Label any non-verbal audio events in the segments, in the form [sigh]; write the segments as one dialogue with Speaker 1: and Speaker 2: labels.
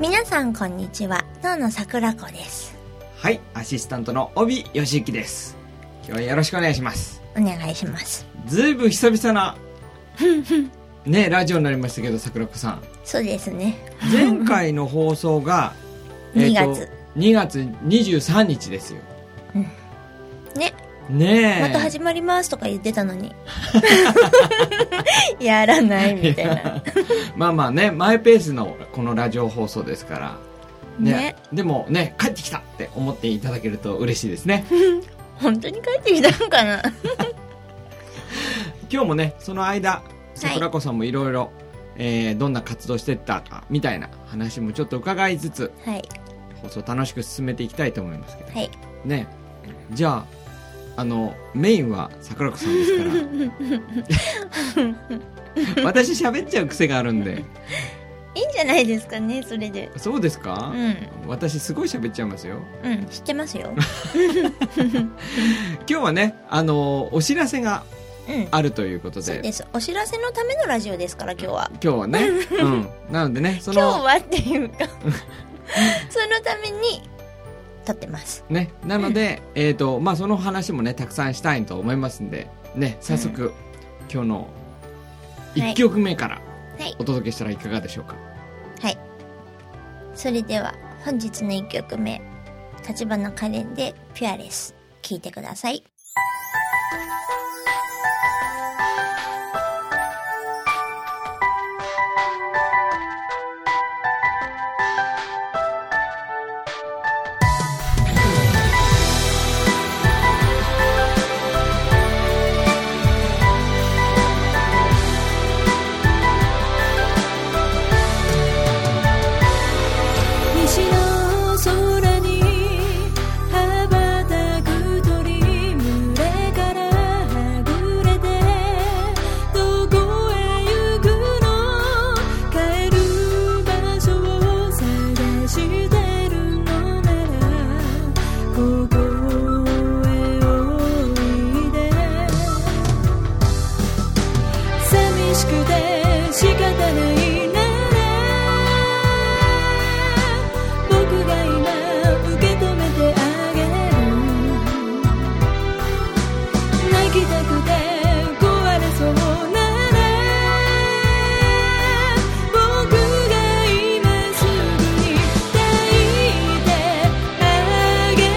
Speaker 1: 皆さんこんにちは脳の桜子です
Speaker 2: はい、アシスタントの帯義行です。今日はよろしくお願いします。
Speaker 1: お願いします
Speaker 2: ずいぶん久
Speaker 1: [laughs]
Speaker 2: 々な、ね、ラジオになりましたけど、桜子さ
Speaker 1: [laughs]
Speaker 2: ん。
Speaker 1: そうですね
Speaker 2: 前回の放送が、
Speaker 1: 2
Speaker 2: えーと
Speaker 1: 月。
Speaker 2: 2月23日ですよ。
Speaker 1: ね
Speaker 2: ねえ。
Speaker 1: また始まりますとか言ってたの
Speaker 2: [laughs]
Speaker 1: に [laughs] やらないみ
Speaker 2: [laughs]
Speaker 1: たいな
Speaker 2: まあまあね、マイペースのこのラジオ放送ですから。ね。
Speaker 1: ね
Speaker 2: でもね、帰ってきたって思っていただけると嬉しいで
Speaker 1: [laughs]
Speaker 2: すね。
Speaker 1: 本当に帰ってきたのかな
Speaker 2: 今日もねその間桜子さんもいろいろえーどんな活動してったかみたいな話もちょっと伺いつつ
Speaker 1: はい
Speaker 2: 放送楽しく進めていきたいと思いますけど、
Speaker 1: はい
Speaker 2: ねじゃああのメインは桜子さんです
Speaker 1: [laughs]
Speaker 2: から私喋っちゃう癖があるんで
Speaker 1: いいんじゃないですかねそれで
Speaker 2: そうです
Speaker 1: う
Speaker 2: か、
Speaker 1: ん
Speaker 2: 私すごい喋っちゃいますよ
Speaker 1: うん知ってますよ
Speaker 2: 今日はねあのお知らせが
Speaker 1: うん
Speaker 2: あるということ
Speaker 1: そう
Speaker 2: で
Speaker 1: ですお知らせのためのラジオですから今日は
Speaker 2: 今日は
Speaker 1: [laughs]
Speaker 2: ね、うん、なのでねそ
Speaker 1: 今日
Speaker 2: の
Speaker 1: はっていうかそのために撮ってます
Speaker 2: ね、なので、えーとまあ、その話もねたくさんしたいと思いますんで、ね、早速、今日の
Speaker 1: は
Speaker 2: 1
Speaker 1: い
Speaker 2: 曲目から
Speaker 1: はい
Speaker 2: お届けしたらいかがでしょうか、
Speaker 1: はいそれでは本日の1曲目「立花カレン」で「ピュアレス」聴いてください
Speaker 3: 西の空に羽ばたく鳥群れからはぐれてどこへ行くの帰る場所を探してるのならここへおいで寂しくて仕方ないなら僕が今受け止めてあげる泣きたくて壊れそうなら僕が今すぐに抱いてあげる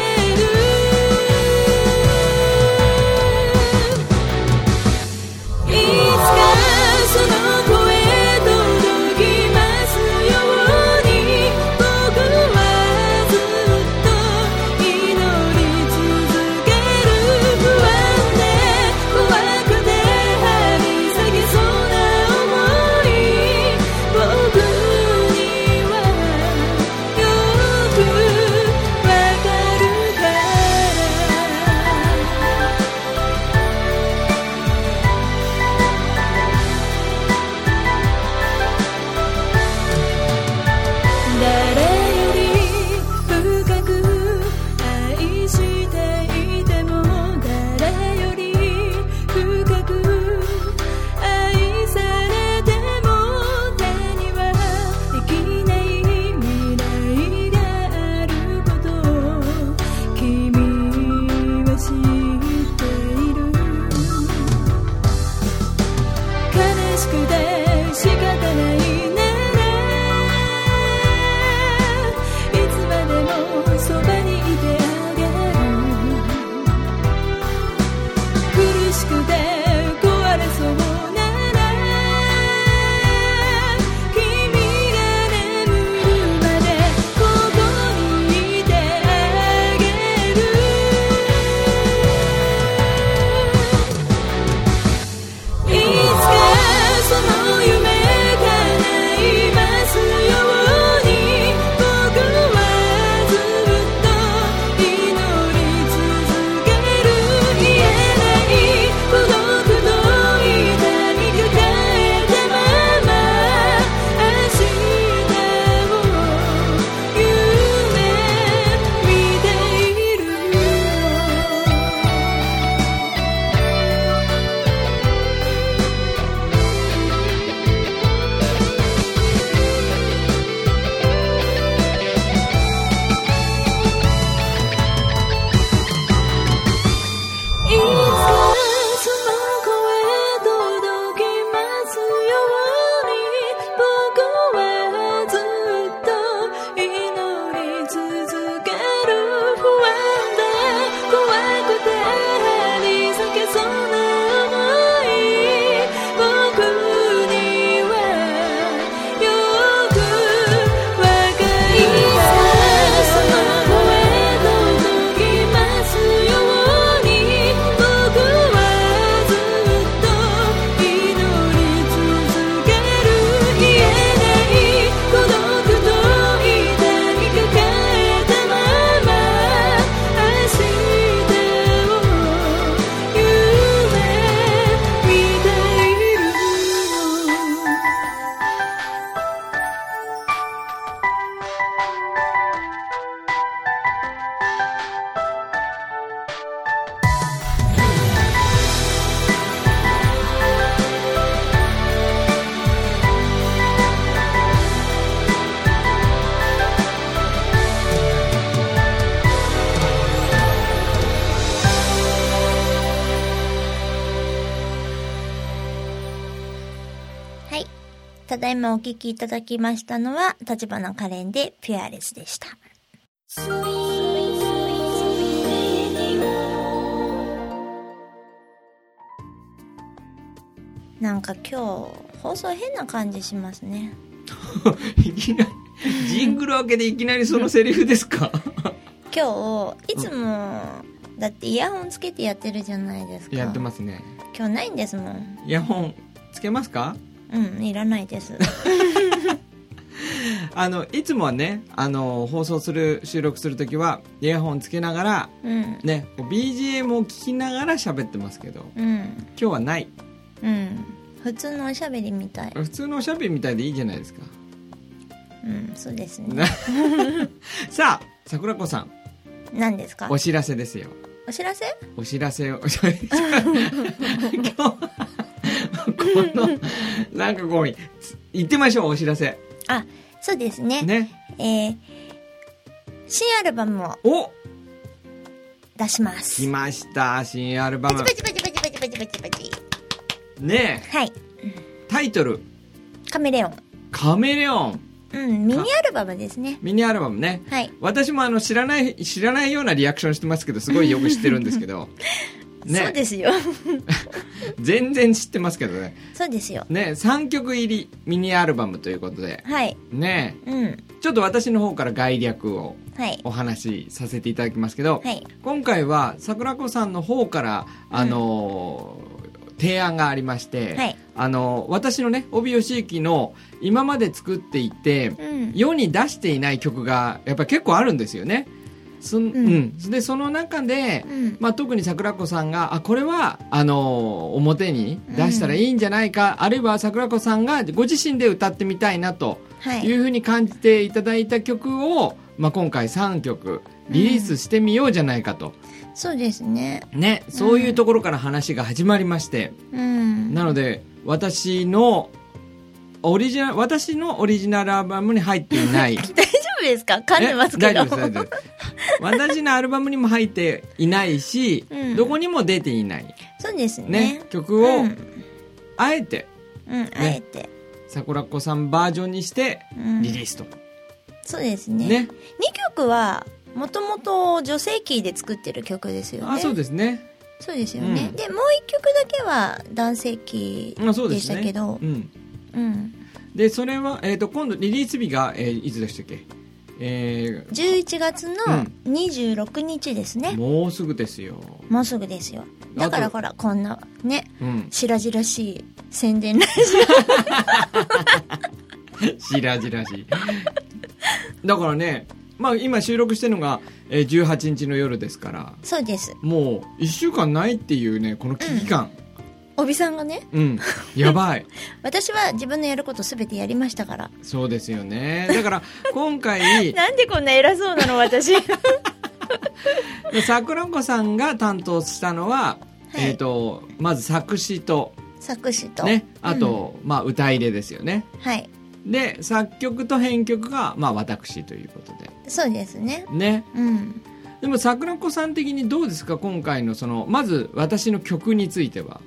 Speaker 1: ただいまお聞きいただきましたのは、立花カレンでピュアレスでした。なんか今日、放送変な感じしますね。
Speaker 2: [laughs] いきなり、ジングル明けでいきなりそのセリフですか
Speaker 1: 今日、いつも、だってイヤホンつけてやってるじゃないですか。
Speaker 2: [laughs] やってますね。
Speaker 1: 今日ないんですもん。
Speaker 2: イヤホンつけますか
Speaker 1: うん、いらない
Speaker 2: [laughs]
Speaker 1: です。
Speaker 2: あの、いつもはね、あの、放送する、収録するときは、イヤホンつけながら、
Speaker 1: うん、
Speaker 2: ね、こう BGM を聞きながら喋ってますけど、
Speaker 1: うん、
Speaker 2: 今日はない。
Speaker 1: うん。普通のおしゃべりみたい。
Speaker 2: 普通のおしゃべりみたいでいいじゃないですか。
Speaker 1: うん、そうですね。
Speaker 2: なさあ、桜子さん、
Speaker 1: 何ですか
Speaker 2: お知らせですよ。
Speaker 1: お知らせ
Speaker 2: お知らせを、 [laughs] 今日は、この、なんかこう、つ言ってみましょう、お知らせ。
Speaker 1: あ、そうですね。
Speaker 2: ね。
Speaker 1: えー新アルバムを
Speaker 2: お
Speaker 1: 出しま
Speaker 2: 来
Speaker 1: す。
Speaker 2: ました、新アルバ
Speaker 1: パ
Speaker 2: ム
Speaker 1: チパ。チパチパチパチパチパチパチ。
Speaker 2: ね
Speaker 1: はい。
Speaker 2: え、タイトル、
Speaker 1: カメレオン。
Speaker 2: カメレオン。
Speaker 1: うん、ミニアルバムですね。
Speaker 2: ミニアルバムね。
Speaker 1: はい。
Speaker 2: 私もあの知らない知らないようなリアクションしてますけどすごいよく知ってるんですけ
Speaker 1: [laughs]
Speaker 2: ど
Speaker 1: そう
Speaker 2: ね
Speaker 1: ですよ。 [laughs]
Speaker 2: 全然知ってますけどね
Speaker 1: そうですよ。
Speaker 2: ね3曲入りミニアルバムということで
Speaker 1: はい。
Speaker 2: ね
Speaker 1: うん。
Speaker 2: ちょっと私の方から概略を
Speaker 1: はい。
Speaker 2: お話しさせていただきますけど、
Speaker 1: はい。
Speaker 2: 今回は桜子さんの方からあのー提案がありまして、
Speaker 1: はい。
Speaker 2: あのー私のね帯吉行の今まで作っていて、
Speaker 1: うん。
Speaker 2: 世に出していない曲がやっぱり結構あるんですよね。そんうんんでその中で、
Speaker 1: うん。
Speaker 2: まあ、特に桜子さんがあこれはあのー表に出したらいいんじゃないか、あるいは桜子さんがご自身で歌ってみたいなと
Speaker 1: はいい。
Speaker 2: うふうに感じていただいた曲を、まあ、今回3曲リリースしてみようじゃないかと、
Speaker 1: そうですね。
Speaker 2: ね、そういうところから話が始まりまして、
Speaker 1: うん。
Speaker 2: なので私のオリジナル私のオリジナルアルバムに入って
Speaker 1: [laughs]
Speaker 2: いない
Speaker 1: 大丈夫ですか噛んでますけ
Speaker 2: え
Speaker 1: ど。
Speaker 2: 大丈夫です大丈夫です私のアルバムにも入っていないし、
Speaker 1: うん
Speaker 2: どこにも出ていない、
Speaker 1: そうです
Speaker 2: ね
Speaker 1: ね。
Speaker 2: 曲を、
Speaker 1: うん。
Speaker 2: あえて
Speaker 1: うん、あえて。
Speaker 2: 桜子さんバージョンにして
Speaker 1: うん
Speaker 2: リリースと、
Speaker 1: そうですね。
Speaker 2: ね
Speaker 1: 2曲はもともと女性キーで作ってる曲ですよね
Speaker 2: あそうですね
Speaker 1: そうですよね、
Speaker 2: うん
Speaker 1: でもう1曲だけは男性キ
Speaker 2: あ
Speaker 1: ー
Speaker 2: そう
Speaker 1: で
Speaker 2: で
Speaker 1: し
Speaker 2: すね
Speaker 1: たけど
Speaker 2: うん、
Speaker 1: うん、
Speaker 2: でそれは、えー、と今度リリース日が、えーいつでしたっけえ
Speaker 1: 11月の
Speaker 2: うん
Speaker 1: 26日です
Speaker 2: ー
Speaker 1: ね、
Speaker 2: もうすぐですよ、
Speaker 1: もうすぐですよだから
Speaker 2: あと
Speaker 1: ほらこんなね
Speaker 2: うん、
Speaker 1: 白々しい宣伝ラジ
Speaker 2: しらじらしいだからねまあ今収録してるのが、えー18日の夜ですから [laughs]
Speaker 1: オそうです
Speaker 2: もう1週間ないっていうねこの危機感、
Speaker 1: おびさんがね
Speaker 2: うん、やばい。
Speaker 1: 私は自分のやること全てやりましたから
Speaker 2: そうですよね。だから、今
Speaker 1: [laughs]
Speaker 2: 回、
Speaker 1: なんでこんな偉そうなの私
Speaker 2: 桜子さんが担当したのは、
Speaker 1: はい
Speaker 2: えっ、と、まず作詞と、
Speaker 1: [laughs] 作詞と、
Speaker 2: ね、あと、まあ、歌入れですよね。
Speaker 1: はい
Speaker 2: で、作曲と編曲が、まあ、私ということで。
Speaker 1: そうですね
Speaker 2: ね。
Speaker 1: うん
Speaker 2: でも、桜子さん的にどうですか今回の、その、まず、私の曲については。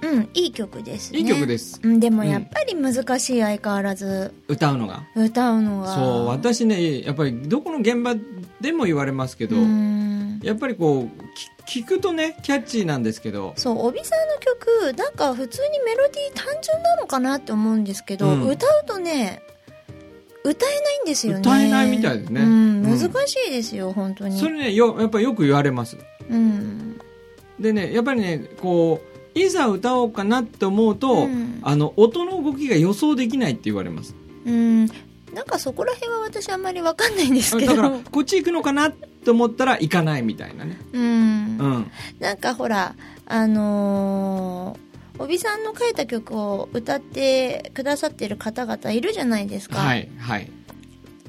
Speaker 1: うんいい曲ですね
Speaker 2: いい曲です。
Speaker 1: うん、でもやっぱり難しい相変わらず
Speaker 2: 歌うのが。
Speaker 1: 歌うのが
Speaker 2: そう、私ね、やっぱり、どこの現場でも言われますけど、
Speaker 1: うん
Speaker 2: やっぱりこう、き聞くとね、キャッチーなんですけど、
Speaker 1: そう帯さんの曲なんか普通にメロディー単純なのかなって思うんですけど、
Speaker 2: うん
Speaker 1: 歌うとね歌えないんですよね
Speaker 2: 歌えないみたいですね
Speaker 1: うん、
Speaker 2: う
Speaker 1: 難
Speaker 2: ん
Speaker 1: しいですよ本当に
Speaker 2: それねよやっぱよく言われます
Speaker 1: うん
Speaker 2: でねやっぱりねこういざ歌おうかなって思うと、
Speaker 1: うん
Speaker 2: あの音の動きが予想できないって言われます
Speaker 1: うんなんかそこら辺は私あんまりわかんないんですけ
Speaker 2: だ
Speaker 1: ど
Speaker 2: からこっち行くのかなって思ったら行かないみたいなね
Speaker 1: うん
Speaker 2: うん
Speaker 1: なんかほらあのー、おびさんの書いた曲を歌ってくださってる方々いるじゃないですか、
Speaker 2: はいはい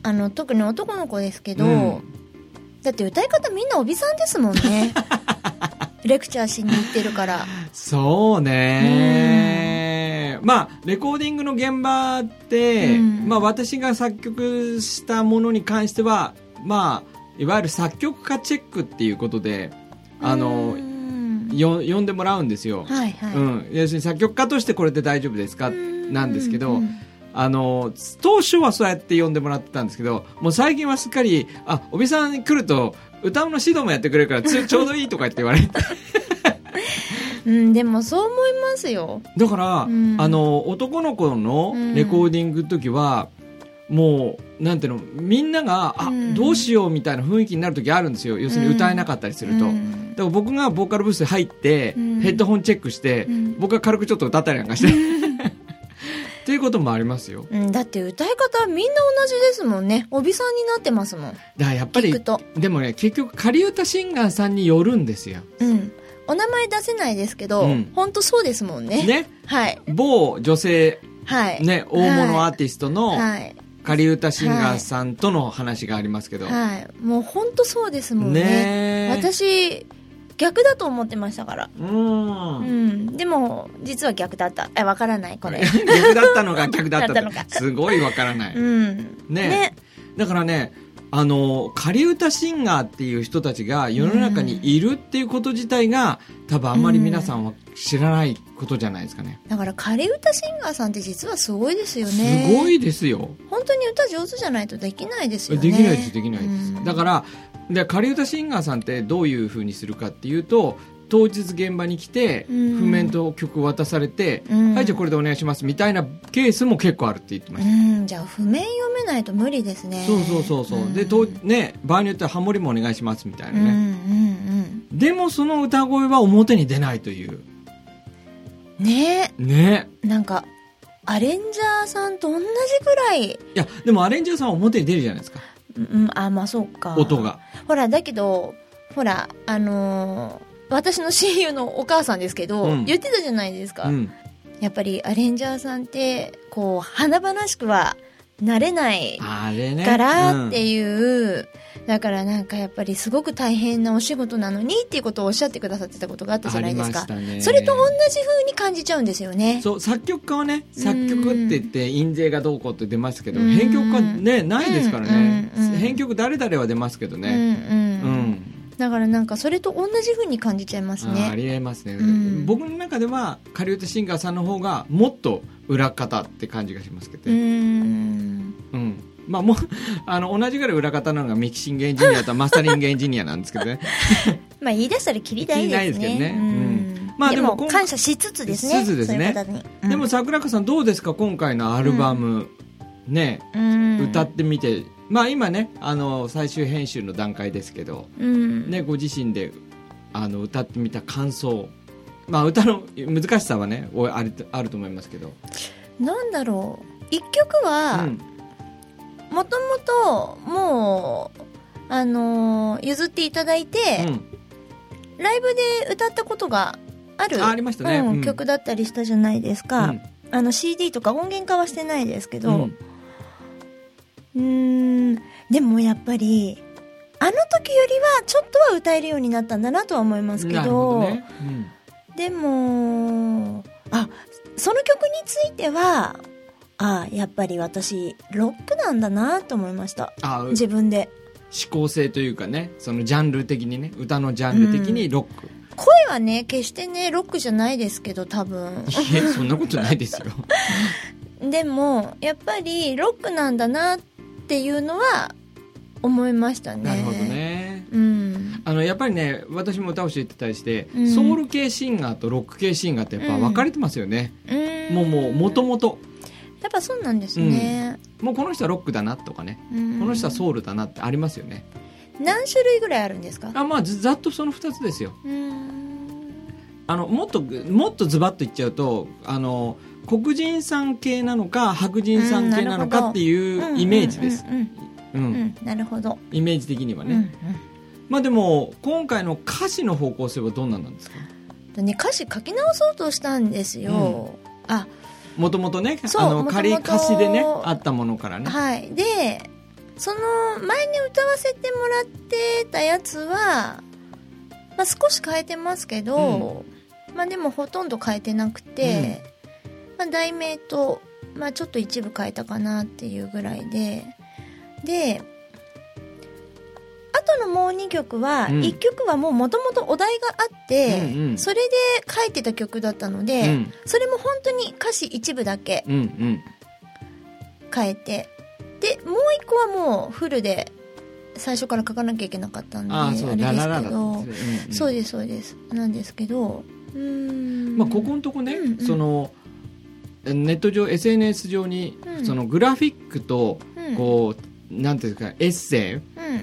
Speaker 1: あの特に男の子ですけど、
Speaker 2: うん
Speaker 1: だって歌い方みんなおびさんですもん
Speaker 2: [laughs]
Speaker 1: ねレクチャーしに行ってるから
Speaker 2: そうねまあレコーディングの現場って、
Speaker 1: うん
Speaker 2: まあ、私が作曲したものに関してはまあいわゆる作曲家チェックっていうことであの、
Speaker 1: うん
Speaker 2: よ呼んでもらうんですよ、
Speaker 1: はいはい、
Speaker 2: うん、要するに作曲家としてこれで大丈夫ですかなんですけど、
Speaker 1: うん
Speaker 2: あの当初はそうやって呼んでもらってたんですけどもう最近はすっかり「あおびさん来ると歌うの指導もやってくれるからちょちょうどいい」とかって言われて
Speaker 1: うん、でもそう思いますよ。
Speaker 2: だから、
Speaker 1: うん
Speaker 2: あの男の子のレコーディングの時は、もうなんていうのみんなが「あ
Speaker 1: うん
Speaker 2: どうしよう」みたいな雰囲気になる時あるんですよ要するに歌えなかったりすると。
Speaker 1: うん
Speaker 2: だから僕がボーカルブース入って、
Speaker 1: うん
Speaker 2: ヘッドホンチェックして、
Speaker 1: うん
Speaker 2: 僕が軽くちょっと歌ったりなん
Speaker 1: [laughs]
Speaker 2: かして。っていうこともありますよ。
Speaker 1: うん、だって歌い方みんな同じですもんね。おびさんになってますもん。
Speaker 2: だからやっぱ
Speaker 1: 聞く
Speaker 2: り、
Speaker 1: と。
Speaker 2: でもね、結局仮歌シンガーさんによるんですよ。
Speaker 1: うん。お名前出せないですけど、
Speaker 2: う
Speaker 1: ほ
Speaker 2: ん
Speaker 1: ん、本当そうですもんね。
Speaker 2: ね。
Speaker 1: はい。
Speaker 2: 某女性、
Speaker 1: はい。
Speaker 2: ね、大物アーティストの
Speaker 1: はい。
Speaker 2: 仮歌シンガーさんとの話がありますけど。
Speaker 1: はい。もう本当そうですもんね。
Speaker 2: ねえ。
Speaker 1: 私、逆だと思ってましたから。
Speaker 2: う。
Speaker 1: うんん。でも、実は逆だった。え、わからない、これ。
Speaker 2: 逆だったのが逆だった
Speaker 1: だったのか
Speaker 2: と。すごいわからない。
Speaker 1: うん。
Speaker 2: ねだからねあの仮歌シンガーっていう人たちが世の中にいるっていうこと自体が、多分あんまり皆さんは知らないことじゃないですかね、
Speaker 1: だから、仮歌シンガーさんって実はすごいですよね。
Speaker 2: すごいですよ
Speaker 1: 本当に歌上手じゃないとできないですよね。
Speaker 2: できないですできないです、
Speaker 1: うん
Speaker 2: だからで仮歌シンガーさんってどういうふうにするかっていうと当日現場に来て
Speaker 1: うん
Speaker 2: 譜面と曲渡されて、
Speaker 1: うん
Speaker 2: はいじゃあこれでお願いしますみたいなケースも結構あるって言ってました
Speaker 1: うん、じゃあ譜面読めないと無理ですね。
Speaker 2: そうそうそうそう、
Speaker 1: ん
Speaker 2: でとね場合によってはハモリもお願いしますみたい
Speaker 1: うん
Speaker 2: な
Speaker 1: うんう
Speaker 2: ね、
Speaker 1: ん。
Speaker 2: でもその歌声は表に出ないという
Speaker 1: ね
Speaker 2: ね
Speaker 1: え、なんか、アレンジャーさんと同じくらい、
Speaker 2: いやでもアレンジャーさんは表に出るじゃないですか
Speaker 1: うん、あ、まあそうか。
Speaker 2: 音。が
Speaker 1: ほら、だけど、ほら、あのー私の親友のお母さんですけど、
Speaker 2: うん
Speaker 1: 言ってたじゃないですか、
Speaker 2: うん
Speaker 1: やっぱりアレンジャーさんってこう華々しくはなれない
Speaker 2: あれね
Speaker 1: からって
Speaker 2: うん
Speaker 1: いう、だからなんかやっぱりすごく大変なお仕事なのにっていうことをおっしゃってくださってたことがあったじ
Speaker 2: あ
Speaker 1: ゃな
Speaker 2: り
Speaker 1: いで
Speaker 2: ます
Speaker 1: か
Speaker 2: したね
Speaker 1: それと同じ風に感じちゃうんですよね
Speaker 2: そう作曲家はね作曲って言って印税がどうこうって出ますけど
Speaker 1: うん
Speaker 2: 編曲家ねないですからね
Speaker 1: うんうんうん
Speaker 2: 編曲誰々は出ますけどね
Speaker 1: うん
Speaker 2: う
Speaker 1: うん、
Speaker 2: ん
Speaker 1: だからなんかそれと同じ風に感じちゃいます
Speaker 2: ああ
Speaker 1: ね
Speaker 2: りえますね
Speaker 1: うん
Speaker 2: 僕の中では仮歌シンガーさんの方がもっと裏方って感じがしますけど
Speaker 1: う
Speaker 2: ね
Speaker 1: ん
Speaker 2: うん。まあもう、あの、同じぐらい裏方なのがミキシングエンジニアとマスタリングエンジニアなんですけどね。
Speaker 1: まあ言い出したら切りたいですね
Speaker 2: 切りないですけどね
Speaker 1: うん
Speaker 2: うんまあで
Speaker 1: で
Speaker 2: も
Speaker 1: も感謝しつつですね
Speaker 2: しつつですね
Speaker 1: そういう方に、 [laughs] うん
Speaker 2: でも桜子さんどうですか今回のアルバム、ね、
Speaker 1: うん
Speaker 2: 歌ってみて。まあ今ね、あの、最終編集の段階ですけど、
Speaker 1: うん
Speaker 2: ね、ご自身で、あの、歌ってみた感想。まあ歌の難しさはね、おあるあると思いますけど。
Speaker 1: なんだろう一曲は、
Speaker 2: うん
Speaker 1: もともともうあのー譲っていただいて、
Speaker 2: うん
Speaker 1: ライブで歌ったことがある
Speaker 2: あありましたね
Speaker 1: うん
Speaker 2: うん
Speaker 1: 曲だったりしたじゃないですか、
Speaker 2: うん
Speaker 1: あの CD とか音源化はしてないですけ
Speaker 2: う
Speaker 1: ど
Speaker 2: ん
Speaker 1: うんんでもやっぱりあの時よりはちょっとは歌えるようになったんだなとは思いますけど
Speaker 2: なるほどね。うん
Speaker 1: でもあその曲についてはあやっぱり私ロックなんだなと思いました
Speaker 2: あう
Speaker 1: 自分で
Speaker 2: 指向性というかね、そのジャンル的にね、歌のジャンル的にロック。
Speaker 1: 声はね決してねロックじゃないですけど多
Speaker 2: [laughs]
Speaker 1: 分
Speaker 2: いえ、そんなことないですよ。
Speaker 1: でもやっぱりロックなんだなっていうのは思いましたね
Speaker 2: [laughs] なるほどね。
Speaker 1: うん
Speaker 2: あのやっぱりね私も歌を教えてたりして、
Speaker 1: うん
Speaker 2: ソウル系シンガーとロック系シンガーってやっぱ分かれてますよね、
Speaker 1: うん
Speaker 2: もうもう元々
Speaker 1: やっぱそうなんですね、
Speaker 2: もうこの人はロックだなとかね
Speaker 1: うん
Speaker 2: この人はソウルだなってありますよね、
Speaker 1: 何種類ぐらいあるんですか
Speaker 2: あまあずざっとその2つですよ
Speaker 1: うん
Speaker 2: あのもっともっとズバッと言っちゃうとあの黒人さん系なのか白人さん系なのかっていうイメージです
Speaker 1: うんうん
Speaker 2: うん
Speaker 1: うんうんうんなるほど、
Speaker 2: イメージ的には
Speaker 1: うんう
Speaker 2: ね、
Speaker 1: ん
Speaker 2: まあでも今回の歌詞の方向性はどんなんなんですか
Speaker 1: でね、歌詞書き直そうとしたんですよ、あ
Speaker 2: もともとね
Speaker 1: そう
Speaker 2: あの仮
Speaker 1: 元々
Speaker 2: 歌詞でねあったものからね
Speaker 1: はいでその前に歌わせてもらってたやつは、まあ、少し変えてますけど、まあでもほとんど変えてなくて、まあ、題名と、まあ、ちょっと一部変えたかなっていうぐらいでであとのもう2曲は、
Speaker 2: うん
Speaker 1: 1曲はもうもともとお題があって、
Speaker 2: うんうん
Speaker 1: それで書いてた曲だったので、
Speaker 2: うん
Speaker 1: それも本当に歌詞一部だけ
Speaker 2: うんうん
Speaker 1: 変えてでもう一個はもうフルで最初から書かなきゃいけなかったんで
Speaker 2: あ
Speaker 1: あ
Speaker 2: あそう
Speaker 1: れ
Speaker 2: ラ
Speaker 1: です
Speaker 2: ララ
Speaker 1: け
Speaker 2: ラ
Speaker 1: ど
Speaker 2: んん
Speaker 1: そうですそうですなんですけどうーん
Speaker 2: まあ、ここのとこね、
Speaker 1: うんうん
Speaker 2: そのネット上 SNS 上に、
Speaker 1: うん
Speaker 2: そのグラフィックと
Speaker 1: うん
Speaker 2: こう、なんていうんですかエッセ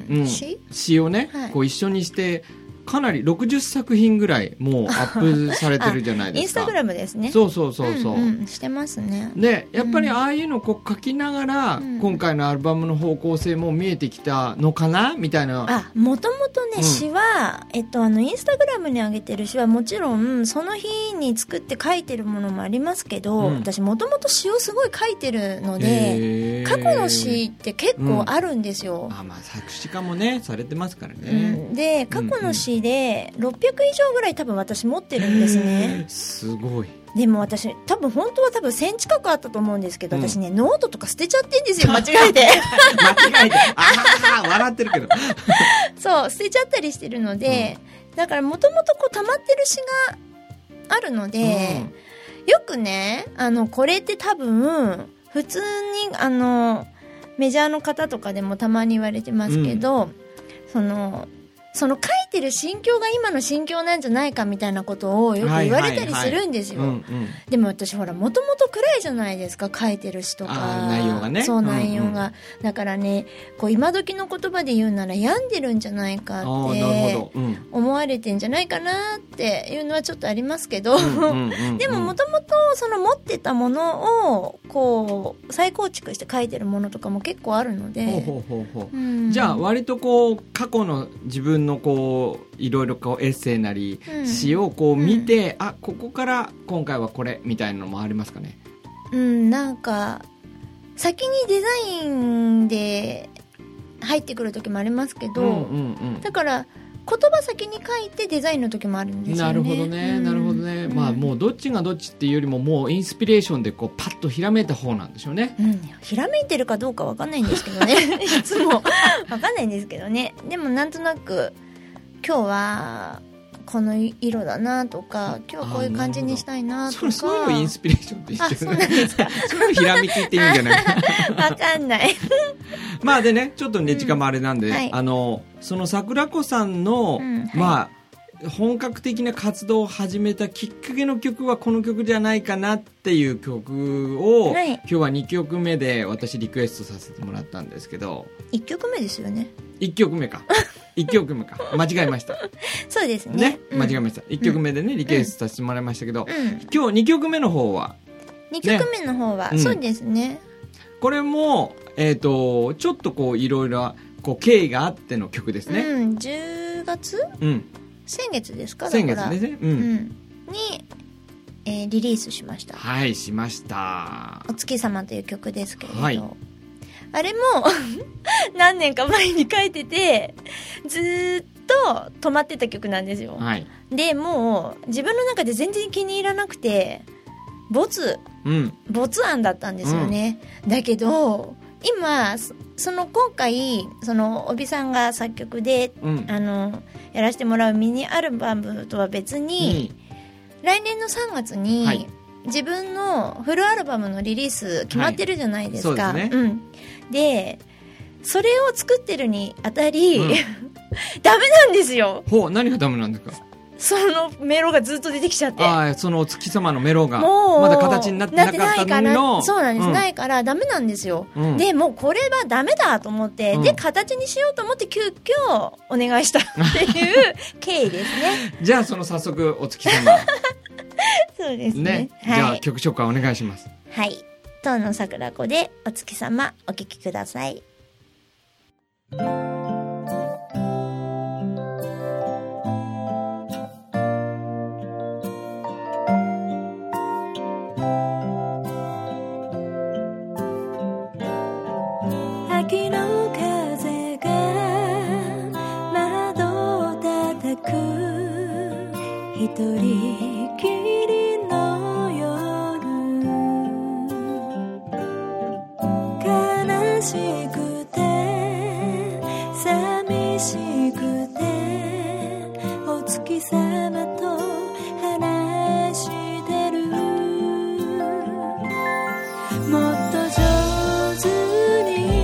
Speaker 1: うん、
Speaker 2: うん
Speaker 1: し
Speaker 2: イ詩をね、
Speaker 1: はい
Speaker 2: こう一緒にしてかなり60作品ぐらいも
Speaker 1: [laughs]
Speaker 2: うアップされてるじゃな
Speaker 1: イ
Speaker 2: いで
Speaker 1: ンス
Speaker 2: すか。
Speaker 1: タグラムですね
Speaker 2: そうそうそうそう、
Speaker 1: んんしてますね
Speaker 2: でやっぱりああいうのをこう書きながら、
Speaker 1: うん
Speaker 2: 今回のアルバムの方向性も見えてきたのかなみたいな
Speaker 1: あもともと
Speaker 2: う
Speaker 1: ね
Speaker 2: ん
Speaker 1: 詩は、えっと、あのインスタグラムに上げてる詩はもちろんその日に作って書いてるものもありますけど、
Speaker 2: うん
Speaker 1: 私もともと詩をすごい書いてるので
Speaker 2: へー
Speaker 1: 過去の詩って結構あるんですよ、
Speaker 2: あまあ作詞家もねされてますから
Speaker 1: う
Speaker 2: ね、
Speaker 1: んで過去の詩で600以上ぐらい多分私持ってるんですね
Speaker 2: すごい
Speaker 1: でも私多分本当は多分1000近くあったと思うんですけど
Speaker 2: うん
Speaker 1: 私ね、ノートとか捨てちゃってん
Speaker 2: [laughs]
Speaker 1: ですよ間違えて
Speaker 2: 間違えてああ笑ってるけど
Speaker 1: そう捨てちゃったりしてるので、だからもともとこう溜まってる詩があるので、よくねあのこれって多分普通にあのメジャーの方とかでもたまに言われてますけど、そのその書いてる心境が今の心境なんじゃないかみたいなことをよく言われたりするんです
Speaker 2: う
Speaker 1: よ、
Speaker 2: んうん
Speaker 1: でも私ほらもともと暗いじゃないですか書いてる詩とか
Speaker 2: あー内容がね
Speaker 1: そううん
Speaker 2: うん
Speaker 1: 内容が、だからねこう今時の言葉で言うなら病んでるんじゃないか
Speaker 2: あ
Speaker 1: っ
Speaker 2: ーなる
Speaker 1: て
Speaker 2: ほど、うん
Speaker 1: 思われてんじゃないかなっていうのはちょっとありますけど、
Speaker 2: うんうんう
Speaker 1: [laughs]
Speaker 2: ん、
Speaker 1: でももともとその持ってたものをこう再構築して書いてるものとかも結構あるので
Speaker 2: ほうほうほうほう
Speaker 1: うん
Speaker 2: じゃあ割とこう過去の自分のこういろいろこうエッセイなり
Speaker 1: うん
Speaker 2: 詩をこう見て、あここから今回はこれみたいなのもありますかね
Speaker 1: うんなんか先にデザインで入ってくる時もありますけど、
Speaker 2: うんうん
Speaker 1: だから言葉先に書いてデザインの時もあるん
Speaker 2: う
Speaker 1: で
Speaker 2: ん
Speaker 1: すよね。
Speaker 2: なるほどね、
Speaker 1: うん
Speaker 2: なるほどね、まあもうどっちがどっちっていうよりももうインスピレーションでこうパッとひらめいた方なんでしょうね
Speaker 1: うん、うんひらめいてるかどうかわかんないんですけ
Speaker 2: [laughs]
Speaker 1: どねいつもわかんないんですけどねでもなんとなく今日はこの色だなとか今日はこういう感じにしたいなと
Speaker 2: そ
Speaker 1: か
Speaker 2: れそういうのインスピレーションって言っ
Speaker 1: あ
Speaker 2: て
Speaker 1: そう
Speaker 2: る
Speaker 1: なん
Speaker 2: ね
Speaker 1: ですか
Speaker 2: そういうのひらめきって言うんじゃ [laughs] ない
Speaker 1: わかんない
Speaker 2: まあでねちょっとね時間もあれなんで、
Speaker 1: うんはい
Speaker 2: あのその桜子さんの、
Speaker 1: うんはい
Speaker 2: まあ本格的な活動を始めたきっかけの曲はこの曲じゃないかなっていう曲を、
Speaker 1: はい
Speaker 2: 今日は2曲目で私リクエストさせてもらったんですけど
Speaker 1: 一曲目ですよね
Speaker 2: 1曲 [laughs] 目か1曲目か間違えました
Speaker 1: そうですね
Speaker 2: ね
Speaker 1: うん
Speaker 2: 間違えました1曲目でねリクエストさせてもらいましたけど、
Speaker 1: うん
Speaker 2: 今日2曲目の方は
Speaker 1: 二曲目の方は、
Speaker 2: うん
Speaker 1: そうですね
Speaker 2: これも、えっとちょっとこういろいろこう経緯があっての曲ですね、
Speaker 1: うん10月
Speaker 2: うん、
Speaker 1: 先月ですかだから
Speaker 2: 先月ですね、う、
Speaker 1: うんん、に、えーリリースしました
Speaker 2: はいしました
Speaker 1: 「お月様という曲ですけれど、
Speaker 2: はい
Speaker 1: あれも [laughs] 何年か前に書いててずーっと止まってた曲なんですよ、
Speaker 2: はい
Speaker 1: でもう自分の中で全然気に入らなくてボツ
Speaker 2: うん
Speaker 1: ボツ案だったんですよね、だけど今そその今回その帯さんが作曲で
Speaker 2: うん
Speaker 1: あのやらせてもらうミニアルバムとは別に、来年の3月に、
Speaker 2: はい
Speaker 1: 自分のフルアルバムのリリース決まってるじゃないですか。
Speaker 2: はいそうです
Speaker 1: ん、でそれを作ってるにあたり、
Speaker 2: うん
Speaker 1: [laughs] ダメなんですよ
Speaker 2: ほう何がダメなんですか
Speaker 1: そのメロがずっと出てきちゃって。
Speaker 2: ああそのお月様のメロが
Speaker 1: もう
Speaker 2: まだ形になってなかった
Speaker 1: なてないか
Speaker 2: の
Speaker 1: らそうなんです、
Speaker 2: うん
Speaker 1: ないからダメなんですよ、
Speaker 2: うん
Speaker 1: でもうこれはダメだと思って、
Speaker 2: うん
Speaker 1: で形にしようと思って急遽お願いしたっていう経緯です
Speaker 2: [laughs]
Speaker 1: ね
Speaker 2: じゃあその早速お月様
Speaker 1: そう [laughs] ですね
Speaker 2: ねじゃあ曲紹介お願いします
Speaker 1: はい。遠野桜子でお月様お聞きください。
Speaker 3: 秋の風が窓を叩く一人きりの夜悲しくて寂しくてお月様と話してるもっと上手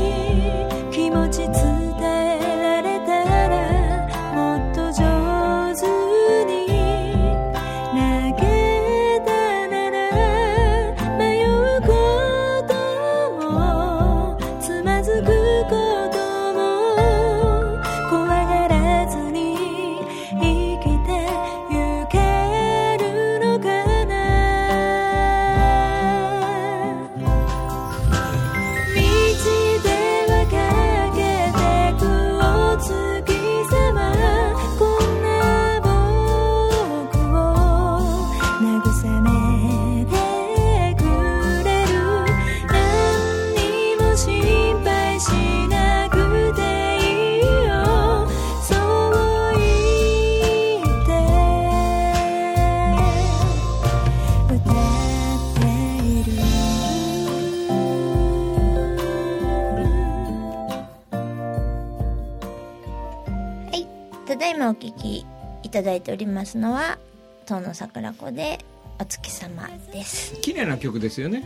Speaker 1: 聴きいただいておりますのは遠野桜子でお月様です
Speaker 2: 綺麗な曲ですよね、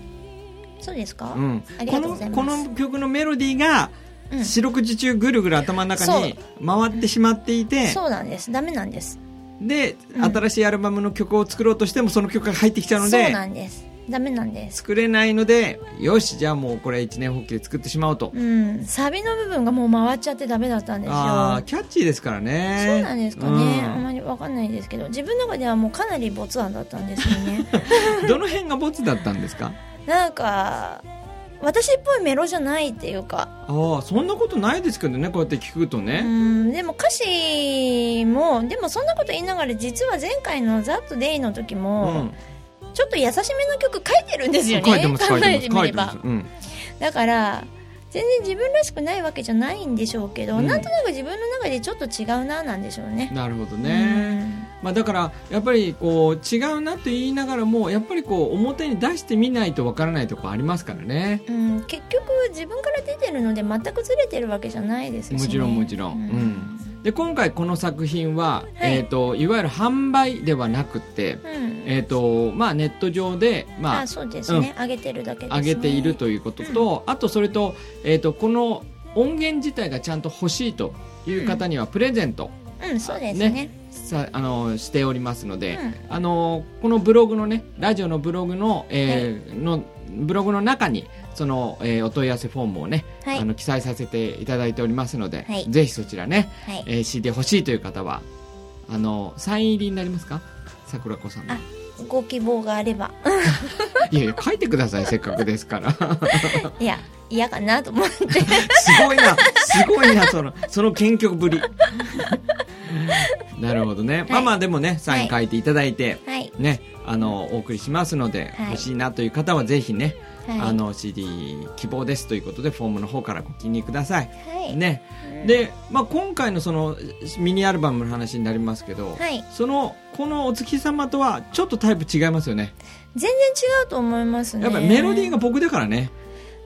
Speaker 1: そうですか、
Speaker 2: うん、
Speaker 1: ありが
Speaker 2: こ
Speaker 1: とう
Speaker 2: の
Speaker 1: ございます
Speaker 2: この曲のメロディーが
Speaker 1: うん
Speaker 2: 四六時中ぐるぐる頭の中に回ってしまっていて、
Speaker 1: そうなんですダメなんです
Speaker 2: で、
Speaker 1: うん
Speaker 2: 新しいアルバムの曲を作ろうとしてもその曲が入ってきちゃうの
Speaker 1: そう
Speaker 2: で
Speaker 1: なんですダメなんです
Speaker 2: 作れないのでよしじゃあもうこれ一年発起で作ってしまおうと、
Speaker 1: うんサビの部分がもう回っちゃってダメだったんですよ
Speaker 2: ああキャッチーですからね
Speaker 1: そうなんですかね、
Speaker 2: うん
Speaker 1: あんまりわかんないですけど自分の中ではもうかなり没案だったんですよ
Speaker 2: [laughs]
Speaker 1: ね
Speaker 2: どの辺がボツだったんですか
Speaker 1: なんか私っぽいメロじゃないっていうか、
Speaker 2: ああそんなことないですけどねこうやって聞くと
Speaker 1: う
Speaker 2: ね、
Speaker 1: ん、でも歌詞もでもそんなこと言いながら実は前回の「ザットデイの時
Speaker 2: う
Speaker 1: も、ちょっと優しめの曲書いてるんですよね
Speaker 2: 書いてます書
Speaker 1: 考
Speaker 2: いて
Speaker 1: え
Speaker 2: ま
Speaker 1: て
Speaker 2: す
Speaker 1: み
Speaker 2: 書
Speaker 1: れ
Speaker 2: いてます
Speaker 1: ば、
Speaker 2: うん、
Speaker 1: だから全然自分らしくないわけじゃないんでしょうけど、
Speaker 2: うん
Speaker 1: なんとなく自分の中でちょっと違うななんでしょうね
Speaker 2: なるほどね、まあ、だからやっぱりこう違うなと言いながらもやっぱりこう表に出してみないとわからないとこありますからね
Speaker 1: うん、結局自分から出てるので全くずれてるわけじゃないですし、ね、
Speaker 2: もちろんもちろん
Speaker 1: うん
Speaker 2: で今回この作品は、
Speaker 1: はい
Speaker 2: いえー、といわゆる販売ではなくて、
Speaker 1: うん
Speaker 2: えーとまあ、ネット上で、
Speaker 1: あ
Speaker 2: まあ、
Speaker 1: そうですね、上げてるだけです、ね、
Speaker 2: 上げているということと、あとそれと,、えー、とこの音源自体がちゃんと欲しいという方にはプレゼント、
Speaker 1: うんそうですね
Speaker 2: ねさあのしておりますので、
Speaker 1: うん
Speaker 2: あのこのブログのねラジオのブログの,、えーのブログの中にその、えーお問い合わせフォームをね、
Speaker 1: はい
Speaker 2: あの記載させていただいておりますので、
Speaker 1: はい
Speaker 2: ぜひそちらね、
Speaker 1: はい
Speaker 2: えー、CD 欲しいという方はあのサイン入りになりますか桜子さんの
Speaker 1: あご希望があれば
Speaker 2: いやいや書いてくださいせっかくですから [laughs]
Speaker 1: いや嫌かなと思 [laughs] って
Speaker 2: すごいなすごいなそのその謙虚ぶり [laughs] なるほどね、まあまあでもねサイン書いていただいて、
Speaker 1: はい
Speaker 2: ね、あのお送りしますので、
Speaker 1: はい
Speaker 2: 欲しいなという方はぜひね、
Speaker 1: はい
Speaker 2: あの CD 希望ですということでフォームの方からご記入ください、
Speaker 1: はい、
Speaker 2: ね
Speaker 1: うん
Speaker 2: でまあ、今回のそのミニアルバムの話になりますけど、
Speaker 1: はい
Speaker 2: そのこの「お月様」とはちょっとタイプ違いますよね
Speaker 1: 全然違うと思いますね
Speaker 2: やっぱりメロディーが僕だからね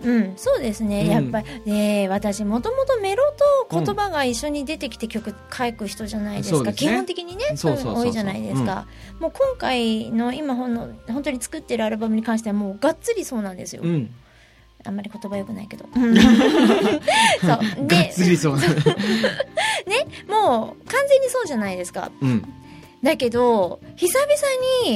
Speaker 1: うんそうですね、
Speaker 2: うん
Speaker 1: やっぱりで私もともとメロと言葉が一緒に出てきて曲書く人じゃないですか、
Speaker 2: そうですね
Speaker 1: 基本的にね
Speaker 2: そうそうそうそ
Speaker 1: ん
Speaker 2: う
Speaker 1: 多いじゃないですか、もう今回の今ほんの本当に作ってるアルバムに関してはもうがっつりそうなんですよ、
Speaker 2: うん
Speaker 1: あんまり言葉よくないけ
Speaker 2: [laughs]
Speaker 1: ど [laughs] そう
Speaker 2: がっ
Speaker 1: で
Speaker 2: つり
Speaker 1: [laughs]
Speaker 2: そうな、
Speaker 1: もう完全にそうじゃないですか
Speaker 2: うん、
Speaker 1: だけど久々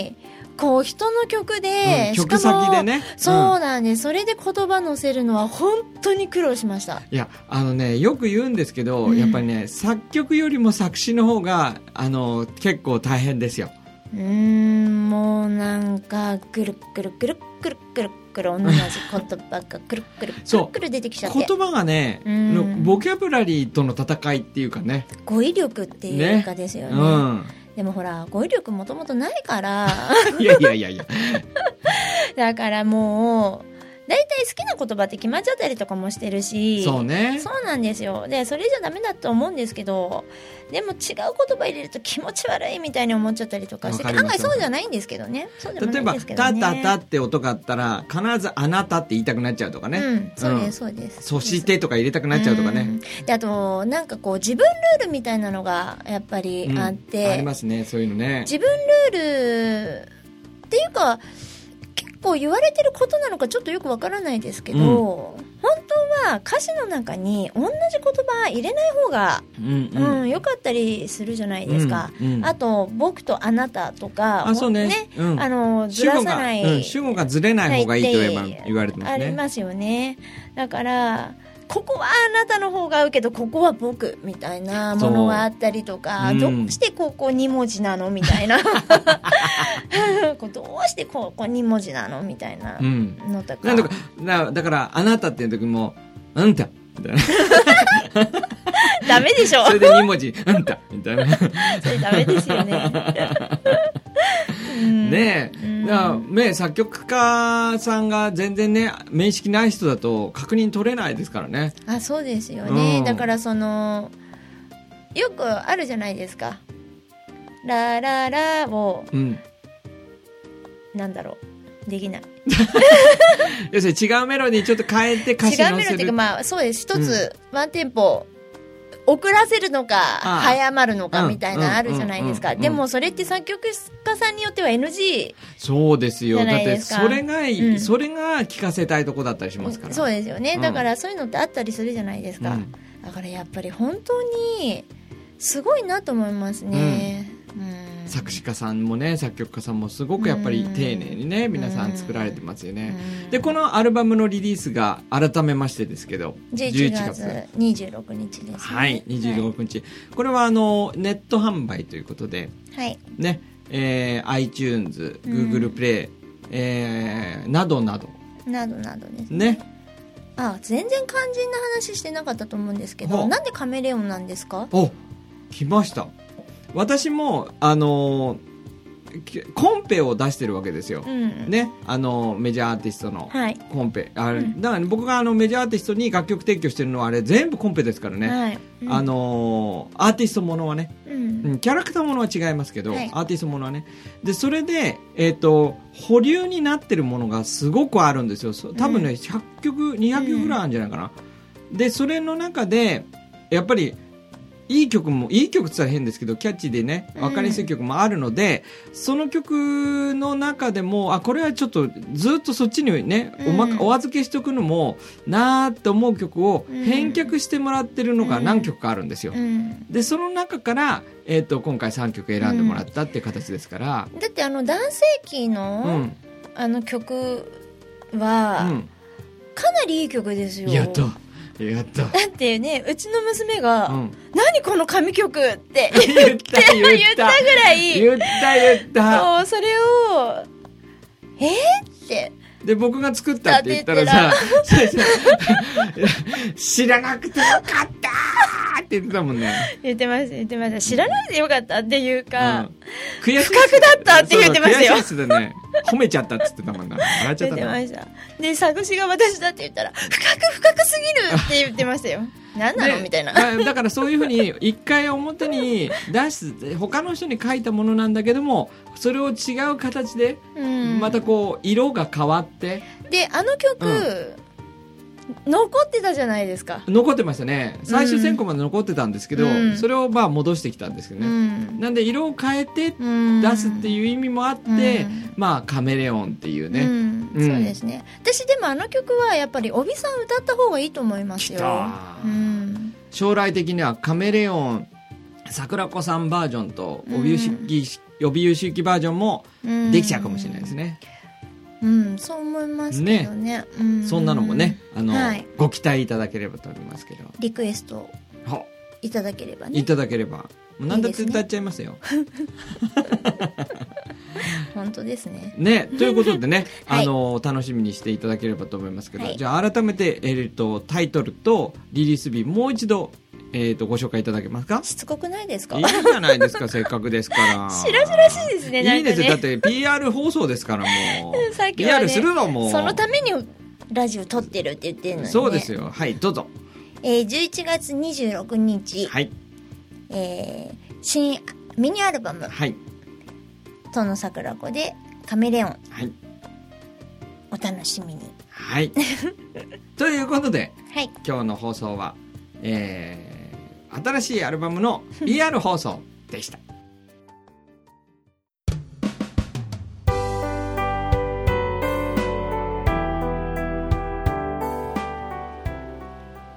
Speaker 1: にこう人の曲で、
Speaker 2: うん
Speaker 1: しか
Speaker 2: 曲
Speaker 1: も
Speaker 2: 先でね
Speaker 1: そううんなんです、それで言葉載せるのは本当に苦労しました
Speaker 2: いやあのねよく言うんですけど、
Speaker 1: うん
Speaker 2: やっぱりね作曲よりも作詞の方があの結構大変ですよ
Speaker 1: うーんもうなんかぐるっぐるっぐるっぐるっぐるっぐる同じ言葉がぐるっぐるっぐるっぐる出てきちゃって
Speaker 2: 言葉がね、
Speaker 1: うん
Speaker 2: のボキャブラリーとの戦いっていうかね
Speaker 1: 語彙力っていうかですよね
Speaker 2: うん
Speaker 1: でもほら語彙力もともとないから [laughs]
Speaker 2: いやいやいやいや
Speaker 1: だからもう大体好きな言葉って決まっちゃったりとかもしてるし
Speaker 2: そうね
Speaker 1: そうなんですよでそれじゃダメだと思うんですけどでも違う言葉入れると気持ち悪いみたいに思っちゃったりとかして
Speaker 2: わ
Speaker 1: 案
Speaker 2: かります
Speaker 1: 外そうじゃないんですけどねそうでもな
Speaker 2: 例え
Speaker 1: いん
Speaker 2: ば
Speaker 1: ですけ
Speaker 2: 「
Speaker 1: ど
Speaker 2: た
Speaker 1: ね
Speaker 2: たた」って音があったら必ず「あなた」って言いたくなっちゃうとかね、
Speaker 1: うん、そうです、
Speaker 2: うん
Speaker 1: そうです
Speaker 2: そして」とか入れたくなっちゃうとかね、
Speaker 1: うんであとなんかこう自分ルールみたいなのがやっぱり
Speaker 2: うん
Speaker 1: あって、
Speaker 2: ありますねそういうのね
Speaker 1: 自分ルールっていうか結構言われてることなのかちょっとよくわからないですけど、
Speaker 2: うん
Speaker 1: 本当は歌詞の中に同じ言葉入れない方が、
Speaker 2: うん
Speaker 1: う
Speaker 2: うんん
Speaker 1: よかったりするじゃないですか、
Speaker 2: うんうん
Speaker 1: あと「僕とあなた」とか
Speaker 2: あそうねうん
Speaker 1: あのず
Speaker 2: 主
Speaker 1: ら
Speaker 2: 語
Speaker 1: さ
Speaker 2: が
Speaker 1: ない、
Speaker 2: うん主語がずれない方がいいと言えば言われてま
Speaker 1: あ
Speaker 2: す
Speaker 1: り
Speaker 2: ね
Speaker 1: ますよねだからここはあなたの方が合うけどここは僕みたいなものがあったりとか、
Speaker 2: そううん
Speaker 1: どうしてここ2文字なのみたい
Speaker 2: [laughs]
Speaker 1: なこうどうしてここ2文字なのみたいな
Speaker 2: うん
Speaker 1: のとか,、
Speaker 2: なんとかなだから「あなた」っていう時も「あんた」みたいな
Speaker 1: ダメでしょ
Speaker 2: それで2文字「あんた」みたいな
Speaker 1: それダメですよ
Speaker 2: [laughs]
Speaker 1: ね。うん
Speaker 2: ね
Speaker 1: う
Speaker 2: え、
Speaker 1: ん
Speaker 2: だからね作曲家さんが全然ね面識ない人だと確認取れないですからね
Speaker 1: あそうですよね、
Speaker 2: うん
Speaker 1: だからそのよくあるじゃないですか「ラララ」を
Speaker 2: うん
Speaker 1: なんだろうできない
Speaker 2: 要するに違うメロディーちょっと変えて歌詞
Speaker 1: 違う
Speaker 2: の
Speaker 1: メロ
Speaker 2: せ
Speaker 1: ディー
Speaker 2: る
Speaker 1: がまあそうです一つワンテンポ遅らせるのか
Speaker 2: ああ
Speaker 1: 早まるの
Speaker 2: う
Speaker 1: か
Speaker 2: ん
Speaker 1: みたいなあるじゃないです
Speaker 2: うん
Speaker 1: か
Speaker 2: うんうん
Speaker 1: でもそれって作曲家さんによっては NG
Speaker 2: そうですよ。
Speaker 1: じゃ
Speaker 2: だ
Speaker 1: な
Speaker 2: っ
Speaker 1: い
Speaker 2: て、
Speaker 1: ですか
Speaker 2: それが、
Speaker 1: うん
Speaker 2: それが聞かせたいとこだったりしますから。
Speaker 1: そう
Speaker 2: で
Speaker 1: ですよねだからそういうのってあったりするじゃないですか、だからやっぱり本当にすごいなと思いますね、うん
Speaker 2: 作詞家さんもね、作曲家さんもすごくやっぱり丁寧にね、皆さん作られてますよね。で、このアルバムのリリースが改めましてですけど、
Speaker 1: 11月26日です、ね、
Speaker 2: はい、26日、これはあのネット販売ということで、
Speaker 1: はい、
Speaker 2: ねえー iTunes、
Speaker 1: うん
Speaker 2: Google プレイ、えーなどなど、
Speaker 1: などなどですね
Speaker 2: ね、
Speaker 1: あ全然肝心な話してなかったと思うんですけ
Speaker 2: ほう
Speaker 1: どなんでカメレオンなんですか
Speaker 2: お来ました、私も、あのーきコンペを出してるわけですよ
Speaker 1: う、ん、
Speaker 2: ねあのーメジャーアーティストの
Speaker 1: はい、
Speaker 2: コンペ、あれ
Speaker 1: うん
Speaker 2: だから僕があのメジャーアーティストに楽曲提供してるのは、あれ、全部コンペですからね。
Speaker 1: はい、うん
Speaker 2: あ、のーアーティストものはね、
Speaker 1: うん
Speaker 2: うんキャラクターものは違いますけど、
Speaker 1: はい
Speaker 2: アーティストものはねでそれで、えっと保留になってるものがすごくあるんですよそ多分ね、
Speaker 1: う
Speaker 2: 100曲200曲ぐらいあるんじゃないかな、でそれの中でやっぱりいい曲もいい曲って言ったら変ですけどキャッチーでね
Speaker 1: うん
Speaker 2: 分かりやすい曲もあるので、その曲の中でもあこれはちょっとずっとそっちにねおまか、
Speaker 1: うん
Speaker 2: お預けしておくのもなーって思う曲を返却してもらってるのが何曲かあるんですよ。
Speaker 1: うん
Speaker 2: でその中から、えー、と今回3曲選んでもらったっていう形ですから、
Speaker 1: だってあの男性キー
Speaker 2: うん
Speaker 1: の、あの曲は、
Speaker 2: うん
Speaker 1: かなりいい曲ですよ
Speaker 2: やったや
Speaker 1: [laughs]
Speaker 2: った、
Speaker 1: だってねうちの娘が「
Speaker 2: うん、
Speaker 1: 何この神曲!」って
Speaker 2: 言った言
Speaker 1: 言
Speaker 2: っ
Speaker 1: った
Speaker 2: た
Speaker 1: ぐらい
Speaker 2: 言った言った
Speaker 1: そうそれを「えーって
Speaker 2: で僕が作ったって言ったらさ「 [laughs] 知らなくてよかった!」って言ってたもんね、
Speaker 1: 言ってました言ってました知らないでよかったっていう
Speaker 2: うん
Speaker 1: か、、
Speaker 2: 悔し
Speaker 1: 不覚だったって言ってましたよ
Speaker 2: そうそう悔しいっすね褒めちゃったって言ってたもんな笑っちゃっ
Speaker 1: 言ったてま
Speaker 2: な
Speaker 1: したで作詞が私だって言ったら「深く深くすぎる!」って言ってましたよ何なの
Speaker 2: で
Speaker 1: みたいな、
Speaker 2: まあだからそういうふうに一回表に出す他の人に書いたものなんだけどもそれを違う形で
Speaker 1: うん
Speaker 2: またこう色が変わって
Speaker 1: であの曲、残ってたじゃないですか、
Speaker 2: 残ってましたね最終選考まで残ってたんですけど、
Speaker 1: うん
Speaker 2: それをまあ戻してきたんですけど
Speaker 1: う
Speaker 2: ね、
Speaker 1: ん
Speaker 2: なんで色を変えて
Speaker 1: うん
Speaker 2: 出すっていう意味もあって、
Speaker 1: うん
Speaker 2: まあカメレオンっていう
Speaker 1: う
Speaker 2: ね、
Speaker 1: ん
Speaker 2: うん
Speaker 1: そうですね私でもあの曲はやっぱり帯さん歌った方がいいと思いますよ
Speaker 2: きた
Speaker 1: うん
Speaker 2: 将来的にはカメレオン桜子さんバージョンと帯ゆしき、帯ゆしきバージョンも
Speaker 1: うん
Speaker 2: できちゃうかもしれないですね、
Speaker 1: うんそう思いますけどねうん
Speaker 2: そんなのもね、あの、
Speaker 1: はい
Speaker 2: ご期待いただければと思いますけど。
Speaker 1: リクエスト
Speaker 2: ほ
Speaker 1: いただければ
Speaker 2: い
Speaker 1: ね
Speaker 2: ただければ。もう何だって歌っちゃいますよ。
Speaker 1: 本当ですね [laughs]
Speaker 2: ねということでね、
Speaker 1: はい
Speaker 2: あの、楽しみにしていただければと思いますけど、
Speaker 1: はい
Speaker 2: じゃあ改めて、えっ、と、タイトルとリリース日、もう一度、えっ、と、ご紹介いただけますか
Speaker 1: しつこくないですか [laughs]
Speaker 2: いいじゃないですか、せっかくですから。
Speaker 1: しらしらしいですねなんかね
Speaker 2: いいですよだって PR 放送ですから、もう。
Speaker 1: さっきはね
Speaker 2: PR するのもう。
Speaker 1: そのためにラジオ撮ってるって言ってるのに、ね、
Speaker 2: そうですよ。はい、どうぞ。
Speaker 1: えー、11月26日、
Speaker 2: はい、
Speaker 1: えー新ミニアルバム
Speaker 2: はい、
Speaker 1: 「との桜子」で「カメレオン
Speaker 2: はい、」
Speaker 1: お楽しみに
Speaker 2: はい。
Speaker 1: [laughs]
Speaker 2: ということで、
Speaker 1: はい
Speaker 2: 今日の放送は、えー新しいアルバ
Speaker 1: [laughs]
Speaker 2: ムの PR 放送でした。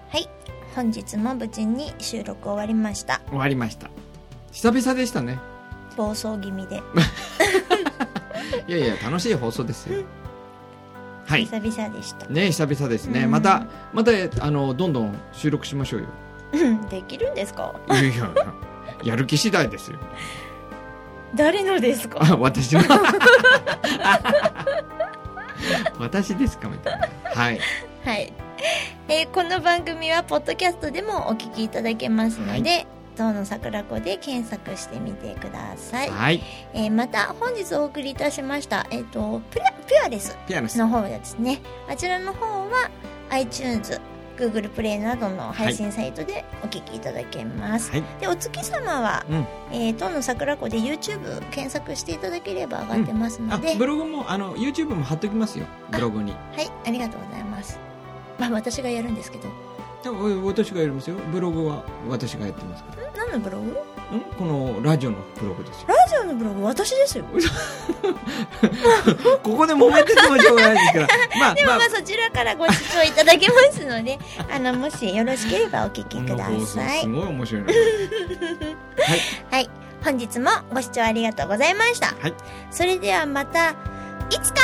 Speaker 1: はい本日も無事に収録終わりました
Speaker 2: 終わりました。久々でし
Speaker 1: [laughs]
Speaker 2: たね。
Speaker 1: 暴走気味で
Speaker 2: いやいや、楽しい放送ですよ。はい。
Speaker 1: 久々でした、 [laughs]
Speaker 2: ね久々ですね。
Speaker 1: うん
Speaker 2: また、また、あの、どんどん収録しましょうよ。
Speaker 1: うんできるんですか
Speaker 2: いやいや、やる気次
Speaker 1: [laughs]
Speaker 2: 第ですよ。
Speaker 1: 誰のですか
Speaker 2: あ、私の。 [laughs] 私ですかみたいな。はい。
Speaker 1: はい、えーこの番組はポッドキャストでもお聞きいただけますので、どうの桜子で検索してみてください。
Speaker 2: はい。
Speaker 1: えーまた本日お送りいたしました、えっ、と、プラピュアレス
Speaker 2: ピアノス。
Speaker 1: の
Speaker 2: は
Speaker 1: 方ですね。あちらの方は iTunes、Google プレイなどの配信サイトでお聞きいただけます。
Speaker 2: い。
Speaker 1: で、お月様は、
Speaker 2: うん
Speaker 1: えー、どうの桜子で YouTube 検索していただければ上がってます
Speaker 2: あ
Speaker 1: ので、
Speaker 2: ブログもあの YouTube も貼っときますよブログに
Speaker 1: はい、ありがとうございます。まあ私がやるんですけど。
Speaker 2: でも私がやりますよブログは私がやってますから
Speaker 1: 何のブログ
Speaker 2: んこのラジオのブログですよ
Speaker 1: ラジオのブログ私ですよ
Speaker 2: ここで揉めててもしょうがない
Speaker 1: [laughs]
Speaker 2: ですからまあ
Speaker 1: でも
Speaker 2: まあ
Speaker 1: まあそちらからご視聴いただけますので [laughs] あのもしよろしければお聞き
Speaker 2: こ
Speaker 1: く
Speaker 2: の
Speaker 1: だ
Speaker 2: 放送
Speaker 1: さ
Speaker 2: す
Speaker 1: い
Speaker 2: ごい面白いなはい
Speaker 1: はい本日もご視聴ありがとうございました、
Speaker 2: はい
Speaker 1: それではまたいつか